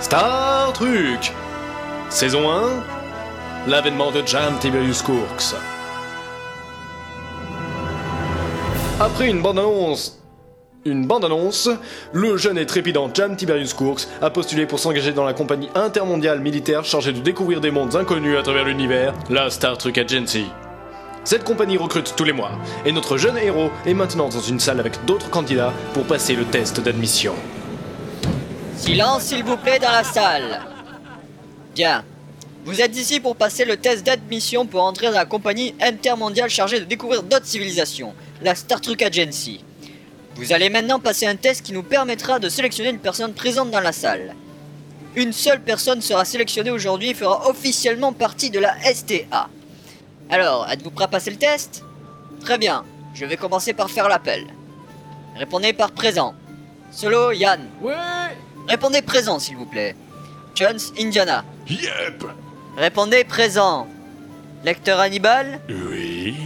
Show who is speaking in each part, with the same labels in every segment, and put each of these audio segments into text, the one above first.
Speaker 1: Star Truc Saison 1 L'avènement de Jam Tiberius Courx. Après une bande-annonce. Une bande-annonce, le jeune et trépidant Jam Tiberius Courx a postulé pour s'engager dans la compagnie intermondiale militaire chargée de découvrir des mondes inconnus à travers l'univers, la Star Trek Agency. Cette compagnie recrute tous les mois, et notre jeune héros est maintenant dans une salle avec d'autres candidats pour passer le test d'admission.
Speaker 2: Silence, s'il vous plaît, dans la salle. Bien. Vous êtes ici pour passer le test d'admission pour entrer dans la compagnie intermondiale chargée de découvrir d'autres civilisations, la Star Trek Agency. Vous allez maintenant passer un test qui nous permettra de sélectionner une personne présente dans la salle. Une seule personne sera sélectionnée aujourd'hui et fera officiellement partie de la STA. Alors, êtes-vous prêt à passer le test Très bien, je vais commencer par faire l'appel. Répondez par présent. Solo, Yann.
Speaker 3: Ouais
Speaker 2: Répondez présent, s'il vous plaît. Jones, Indiana.
Speaker 4: Yep
Speaker 2: Répondez présent. Lecteur Hannibal.
Speaker 4: Oui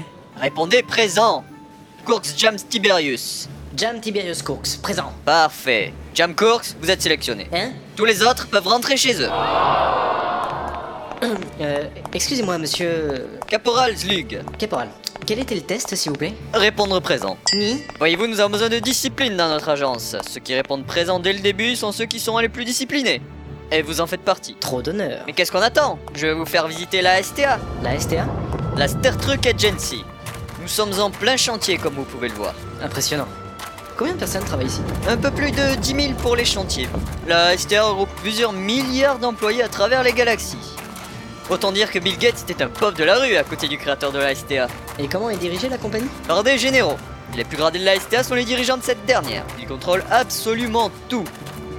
Speaker 2: Répondez présent. Courx James Tiberius.
Speaker 3: Jam Tiberius Courx, présent.
Speaker 2: Parfait. Jam Courx, vous êtes sélectionné.
Speaker 3: Hein
Speaker 2: Tous les autres peuvent rentrer chez eux.
Speaker 3: Euh, excusez-moi, monsieur.
Speaker 2: Caporal Slug.
Speaker 3: Caporal, quel était le test, s'il vous plaît
Speaker 2: Répondre présent.
Speaker 3: Mi
Speaker 2: Voyez-vous, nous avons besoin de discipline dans notre agence. Ceux qui répondent présent dès le début sont ceux qui sont les plus disciplinés. Et vous en faites partie.
Speaker 3: Trop d'honneur.
Speaker 2: Mais qu'est-ce qu'on attend Je vais vous faire visiter la STA,
Speaker 3: La STA
Speaker 2: la Star Trek Agency. Nous sommes en plein chantier, comme vous pouvez le voir.
Speaker 3: Impressionnant. Combien de personnes travaillent ici
Speaker 2: Un peu plus de 10 000 pour les chantiers. La STA regroupe plusieurs milliards d'employés à travers les galaxies. Autant dire que Bill Gates était un pauvre de la rue à côté du créateur de la STA.
Speaker 3: Et comment est dirigée la compagnie
Speaker 2: Par des généraux. Les plus gradés de la STA sont les dirigeants de cette dernière. Ils contrôlent absolument tout.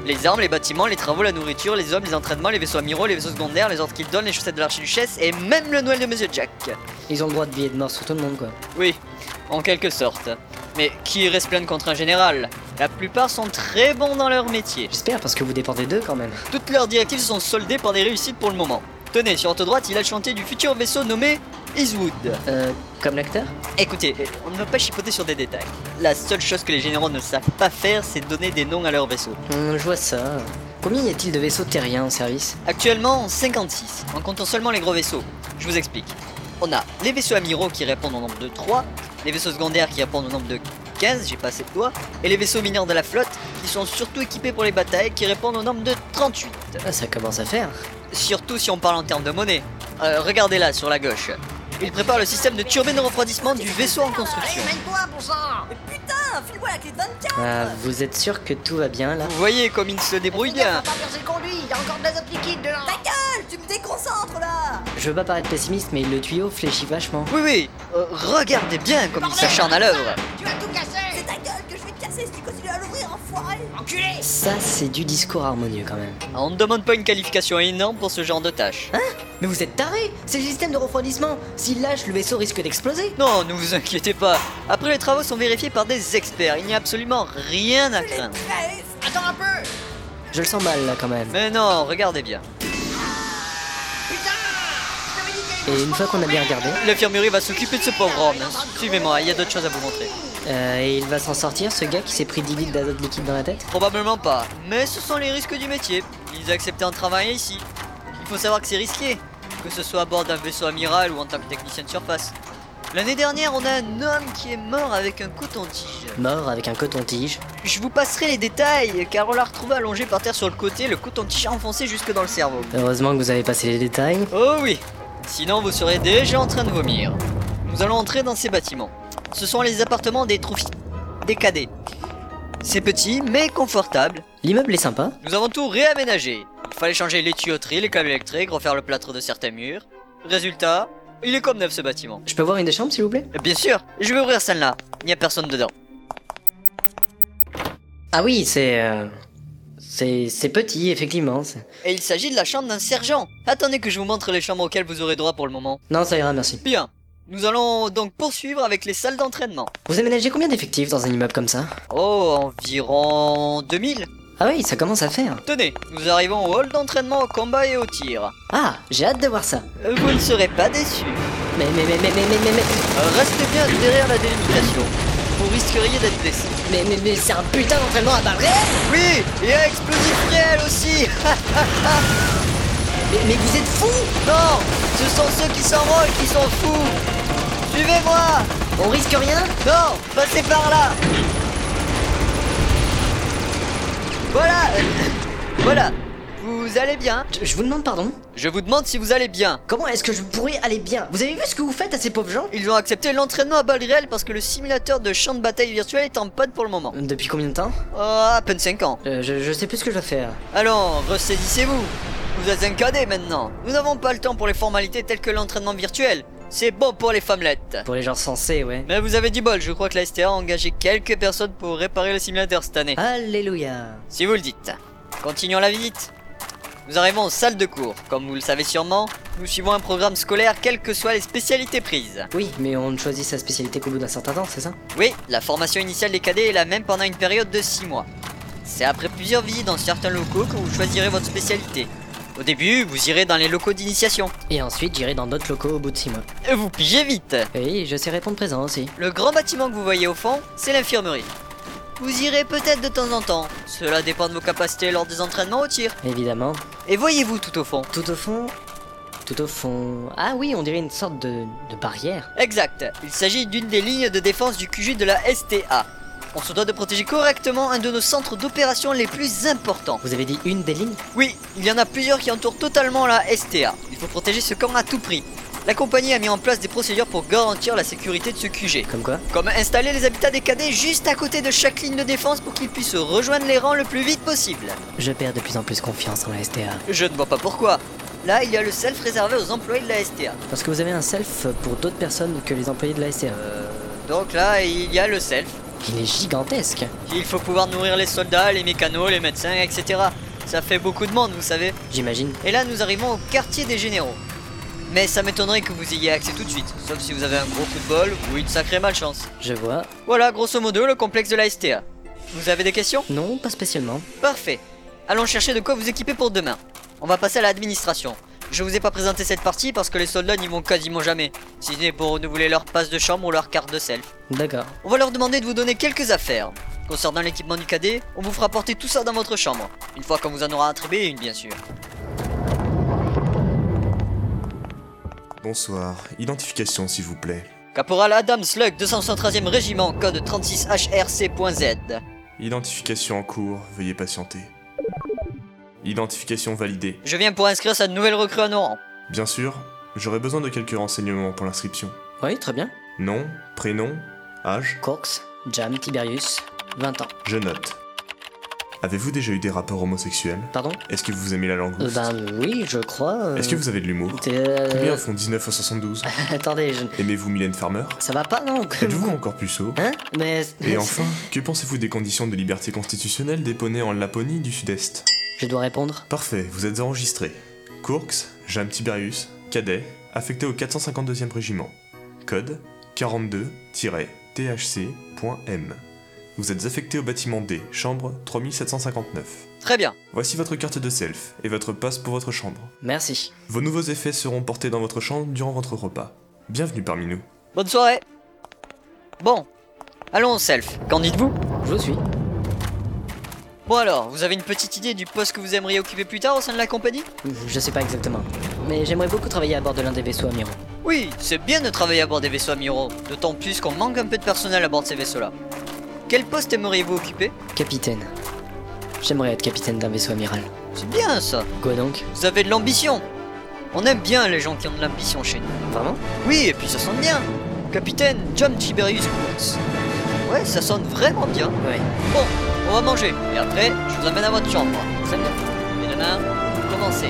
Speaker 2: Les armes, les bâtiments, les travaux, la nourriture, les hommes, les entraînements, les vaisseaux amiraux, les vaisseaux secondaires, les ordres qu'ils donnent, les chaussettes de l'archiduchesse et même le Noël de Monsieur Jack.
Speaker 3: Ils ont le droit de billets de mort sur tout le monde, quoi.
Speaker 2: Oui, en quelque sorte. Mais qui irait se plaindre contre un général La plupart sont très bons dans leur métier.
Speaker 3: J'espère, parce que vous dépendez d'eux quand même.
Speaker 2: Toutes leurs directives sont soldées par des réussites pour le moment. Tenez, sur votre droite, il a chanté du futur vaisseau nommé Eastwood.
Speaker 3: Euh, comme l'acteur
Speaker 2: Écoutez, euh, on ne va pas chipoter sur des détails. La seule chose que les généraux ne savent pas faire, c'est donner des noms à leurs vaisseaux.
Speaker 3: Hum, Je vois ça. Combien y a-t-il de vaisseaux terriens en service
Speaker 2: Actuellement, 56, en comptant seulement les gros vaisseaux. Je vous explique. On a les vaisseaux amiraux qui répondent au nombre de 3, les vaisseaux secondaires qui répondent au nombre de 15, j'ai pas assez de doigts, et les vaisseaux mineurs de la flotte qui sont surtout équipés pour les batailles qui répondent au nombre de 38.
Speaker 3: Ah, ça commence à faire.
Speaker 2: Surtout si on parle en termes de monnaie. Euh, regardez là, sur la gauche. Il prépare le système de turbine de refroidissement du vaisseau en construction.
Speaker 5: Putain, file-moi la clé de 24
Speaker 3: Ah, vous êtes sûr que tout va bien là
Speaker 2: Vous voyez comme il se débrouille bien.
Speaker 5: Ta gueule, tu me déconcentres là
Speaker 3: Je veux pas paraître pessimiste, mais le tuyau fléchit vachement.
Speaker 2: Oui, oui, euh, regardez bien comme il s'acharne à l'œuvre.
Speaker 5: C'est ta gueule que je vais te casser si tu continues à l'ouvrir, enfoiré
Speaker 3: Ça, c'est du discours harmonieux quand même.
Speaker 2: On ne demande pas une qualification énorme pour ce genre de tâche.
Speaker 3: Mais vous êtes taré C'est le système de refroidissement S'il lâche, le vaisseau risque d'exploser
Speaker 2: Non, ne vous inquiétez pas. Après, les travaux sont vérifiés par des experts. Il n'y a absolument rien à craindre.
Speaker 5: Attends un peu
Speaker 3: Je le sens mal là quand même.
Speaker 2: Mais non, regardez bien.
Speaker 3: Et une fois qu'on a bien regardé,
Speaker 2: L'infirmerie va s'occuper de ce pauvre homme. Suivez-moi, il y a d'autres choses à vous montrer.
Speaker 3: euh, et il va s'en sortir ce gars qui s'est pris 10 litres d'azote liquide dans la tête
Speaker 2: Probablement pas, mais ce sont les risques du métier. Ils acceptent un travail ici. Il faut savoir que c'est risqué, que ce soit à bord d'un vaisseau amiral ou en tant que technicien de surface. L'année dernière, on a un homme qui est mort avec un coton-tige.
Speaker 3: Mort avec un coton-tige.
Speaker 2: Je vous passerai les détails, car on l'a retrouvé allongé par terre sur le côté, le coton-tige enfoncé jusque dans le cerveau.
Speaker 3: Heureusement que vous avez passé les détails.
Speaker 2: Oh oui Sinon, vous serez déjà en train de vomir. Nous allons entrer dans ces bâtiments. Ce sont les appartements des troufi... des cadets. C'est petit, mais confortable.
Speaker 3: L'immeuble est sympa.
Speaker 2: Nous avons tout réaménagé. Il fallait changer les tuyauteries, les câbles électriques, refaire le plâtre de certains murs. Résultat, il est comme neuf ce bâtiment.
Speaker 3: Je peux voir une des chambres s'il vous plaît
Speaker 2: Euh, Bien sûr, je vais ouvrir celle-là. Il n'y a personne dedans.
Speaker 3: Ah oui, c'est... euh, C'est c'est petit, effectivement. c'est-
Speaker 2: Et il s'agit de la chambre d'un sergent. Attendez que je vous montre les chambres auxquelles vous aurez droit pour le moment.
Speaker 3: Non, ça ira, merci.
Speaker 2: Bien. Nous allons donc poursuivre avec les salles d'entraînement.
Speaker 3: Vous aménagez combien d'effectifs dans un immeuble comme ça
Speaker 2: Oh, environ 2000
Speaker 3: Ah oui, ça commence à faire.
Speaker 2: Tenez, nous arrivons au hall d'entraînement au combat et au tir.
Speaker 3: Ah, j'ai hâte de voir ça.
Speaker 2: Euh, Vous ne serez pas déçus.
Speaker 3: Mais, mais, mais, mais, mais, mais, mais, mais...
Speaker 2: Euh, Restez bien derrière la délimitation. Pour risqueriez d'être blessé.
Speaker 3: Mais, mais, mais c'est un putain d'entraînement à balles réelles
Speaker 2: Oui, et à explosif réel aussi
Speaker 3: mais, mais vous êtes fous
Speaker 2: Non, ce sont ceux qui s'envolent qui sont fous Suivez-moi
Speaker 3: On risque rien
Speaker 2: Non, passez par là Voilà Voilà Vous allez bien
Speaker 3: je, je vous demande pardon.
Speaker 2: Je vous demande si vous allez bien.
Speaker 3: Comment est-ce que je pourrais aller bien Vous avez vu ce que vous faites à ces pauvres gens
Speaker 2: Ils ont accepté l'entraînement à balles réelles parce que le simulateur de champ de bataille virtuel est en panne pour le moment.
Speaker 3: Depuis combien de temps
Speaker 2: Oh, à peine 5 ans.
Speaker 3: Euh, je, je sais plus ce que je dois faire.
Speaker 2: Alors, ressaisissez-vous. Vous êtes encadré maintenant. Nous n'avons pas le temps pour les formalités telles que l'entraînement virtuel. C'est bon pour les femmelettes.
Speaker 3: Pour les gens sensés, ouais.
Speaker 2: Mais vous avez du bol, je crois que la STA a engagé quelques personnes pour réparer le simulateur cette année.
Speaker 3: Alléluia.
Speaker 2: Si vous le dites. Continuons la visite. Nous arrivons en salle de cours. Comme vous le savez sûrement, nous suivons un programme scolaire quelles que soient les spécialités prises.
Speaker 3: Oui, mais on ne choisit sa spécialité qu'au bout d'un certain temps, c'est ça
Speaker 2: Oui, la formation initiale des cadets est la même pendant une période de 6 mois. C'est après plusieurs visites dans certains locaux que vous choisirez votre spécialité. Au début, vous irez dans les locaux d'initiation.
Speaker 3: Et ensuite, j'irai dans d'autres locaux au bout de 6 mois.
Speaker 2: Et vous pigez vite
Speaker 3: Oui, je sais répondre présent aussi.
Speaker 2: Le grand bâtiment que vous voyez au fond, c'est l'infirmerie. Vous irez peut-être de temps en temps. Cela dépend de vos capacités lors des entraînements au tir.
Speaker 3: Évidemment.
Speaker 2: Et voyez-vous tout au fond
Speaker 3: Tout au fond. Tout au fond. Ah oui, on dirait une sorte de, de barrière.
Speaker 2: Exact. Il s'agit d'une des lignes de défense du QG de la STA. On se doit de protéger correctement un de nos centres d'opération les plus importants.
Speaker 3: Vous avez dit une des lignes
Speaker 2: Oui, il y en a plusieurs qui entourent totalement la STA. Il faut protéger ce camp à tout prix. La compagnie a mis en place des procédures pour garantir la sécurité de ce QG.
Speaker 3: Comme quoi
Speaker 2: Comme installer les habitats des cadets juste à côté de chaque ligne de défense pour qu'ils puissent rejoindre les rangs le plus vite possible.
Speaker 3: Je perds de plus en plus confiance en la STA.
Speaker 2: Je ne vois pas pourquoi. Là, il y a le self réservé aux employés de la STA.
Speaker 3: Parce que vous avez un self pour d'autres personnes que les employés de la STA.
Speaker 2: Donc là, il y a le self.
Speaker 3: Euh, Il est gigantesque.
Speaker 2: Il faut pouvoir nourrir les soldats, les mécanos, les médecins, etc. Ça fait beaucoup de monde, vous savez.
Speaker 3: J'imagine.
Speaker 2: Et là, nous arrivons au quartier des généraux. Mais ça m'étonnerait que vous ayez accès tout de suite, sauf si vous avez un gros coup de bol ou une sacrée malchance.
Speaker 3: Je vois.
Speaker 2: Voilà, grosso modo, le complexe de la STA. Vous avez des questions
Speaker 3: Non, pas spécialement.
Speaker 2: Parfait. Allons chercher de quoi vous équiper pour demain. On va passer à l'administration. Je vous ai pas présenté cette partie parce que les soldats n'y vont quasiment jamais, si ce n'est pour renouveler leur passe de chambre ou leur carte de self.
Speaker 3: D'accord.
Speaker 2: On va leur demander de vous donner quelques affaires. Concernant l'équipement du cadet, on vous fera porter tout ça dans votre chambre, une fois qu'on vous en aura attribué une bien sûr.
Speaker 4: Bonsoir, identification s'il vous plaît.
Speaker 2: Caporal Adam Slug, 273e régiment, code 36HRC.Z.
Speaker 4: Identification en cours, veuillez patienter. Identification validée.
Speaker 2: Je viens pour inscrire cette nouvelle recrue à nos rangs.
Speaker 4: Bien sûr, j'aurais besoin de quelques renseignements pour l'inscription.
Speaker 3: Oui, très bien.
Speaker 4: Nom, prénom, âge,
Speaker 3: Corks, Jam, Tiberius, 20 ans.
Speaker 4: je note. Avez-vous déjà eu des rapports homosexuels
Speaker 3: Pardon
Speaker 4: Est-ce que vous aimez la langue
Speaker 3: Euh, Ben oui, je crois. euh,
Speaker 4: Est-ce que vous avez de l'humour
Speaker 3: euh,
Speaker 4: Combien font 19 à 72
Speaker 3: Attendez, je...
Speaker 4: Aimez-vous Mylène Farmer
Speaker 3: ça va pas non
Speaker 4: Êtes-vous encore puceau
Speaker 3: Hein Mais.
Speaker 4: Et enfin, que pensez-vous des conditions de liberté constitutionnelle déponées en Laponie du Sud-Est
Speaker 3: Je dois répondre.
Speaker 4: Parfait, vous êtes enregistré. Courx, Jam Tiberius, cadet, affecté au 452e régiment. Code 42-THC.M. Vous êtes affecté au bâtiment D, chambre 3759.
Speaker 2: Très bien.
Speaker 4: Voici votre carte de self et votre passe pour votre chambre.
Speaker 3: Merci.
Speaker 4: Vos nouveaux effets seront portés dans votre chambre durant votre repas. Bienvenue parmi nous.
Speaker 2: Bonne soirée. Bon. Allons au self. Qu'en dites-vous
Speaker 3: Je suis.
Speaker 2: Bon alors, vous avez une petite idée du poste que vous aimeriez occuper plus tard au sein de la compagnie
Speaker 3: Je sais pas exactement. Mais j'aimerais beaucoup travailler à bord de l'un des vaisseaux amiraux.
Speaker 2: Oui, c'est bien de travailler à bord des vaisseaux amiraux, d'autant plus qu'on manque un peu de personnel à bord de ces vaisseaux-là. Quel poste aimeriez-vous occuper
Speaker 3: Capitaine. J'aimerais être capitaine d'un vaisseau amiral.
Speaker 2: C'est bien ça.
Speaker 3: Quoi donc
Speaker 2: Vous avez de l'ambition. On aime bien les gens qui ont de l'ambition chez nous.
Speaker 3: Vraiment
Speaker 2: Oui, et puis ça sonne bien. Capitaine John Tiberius Coates. Ouais, ça sonne vraiment bien.
Speaker 3: Ouais.
Speaker 2: Bon, on va manger. Et après, je vous amène à votre chambre. Très bien. Et demain, vous commencez.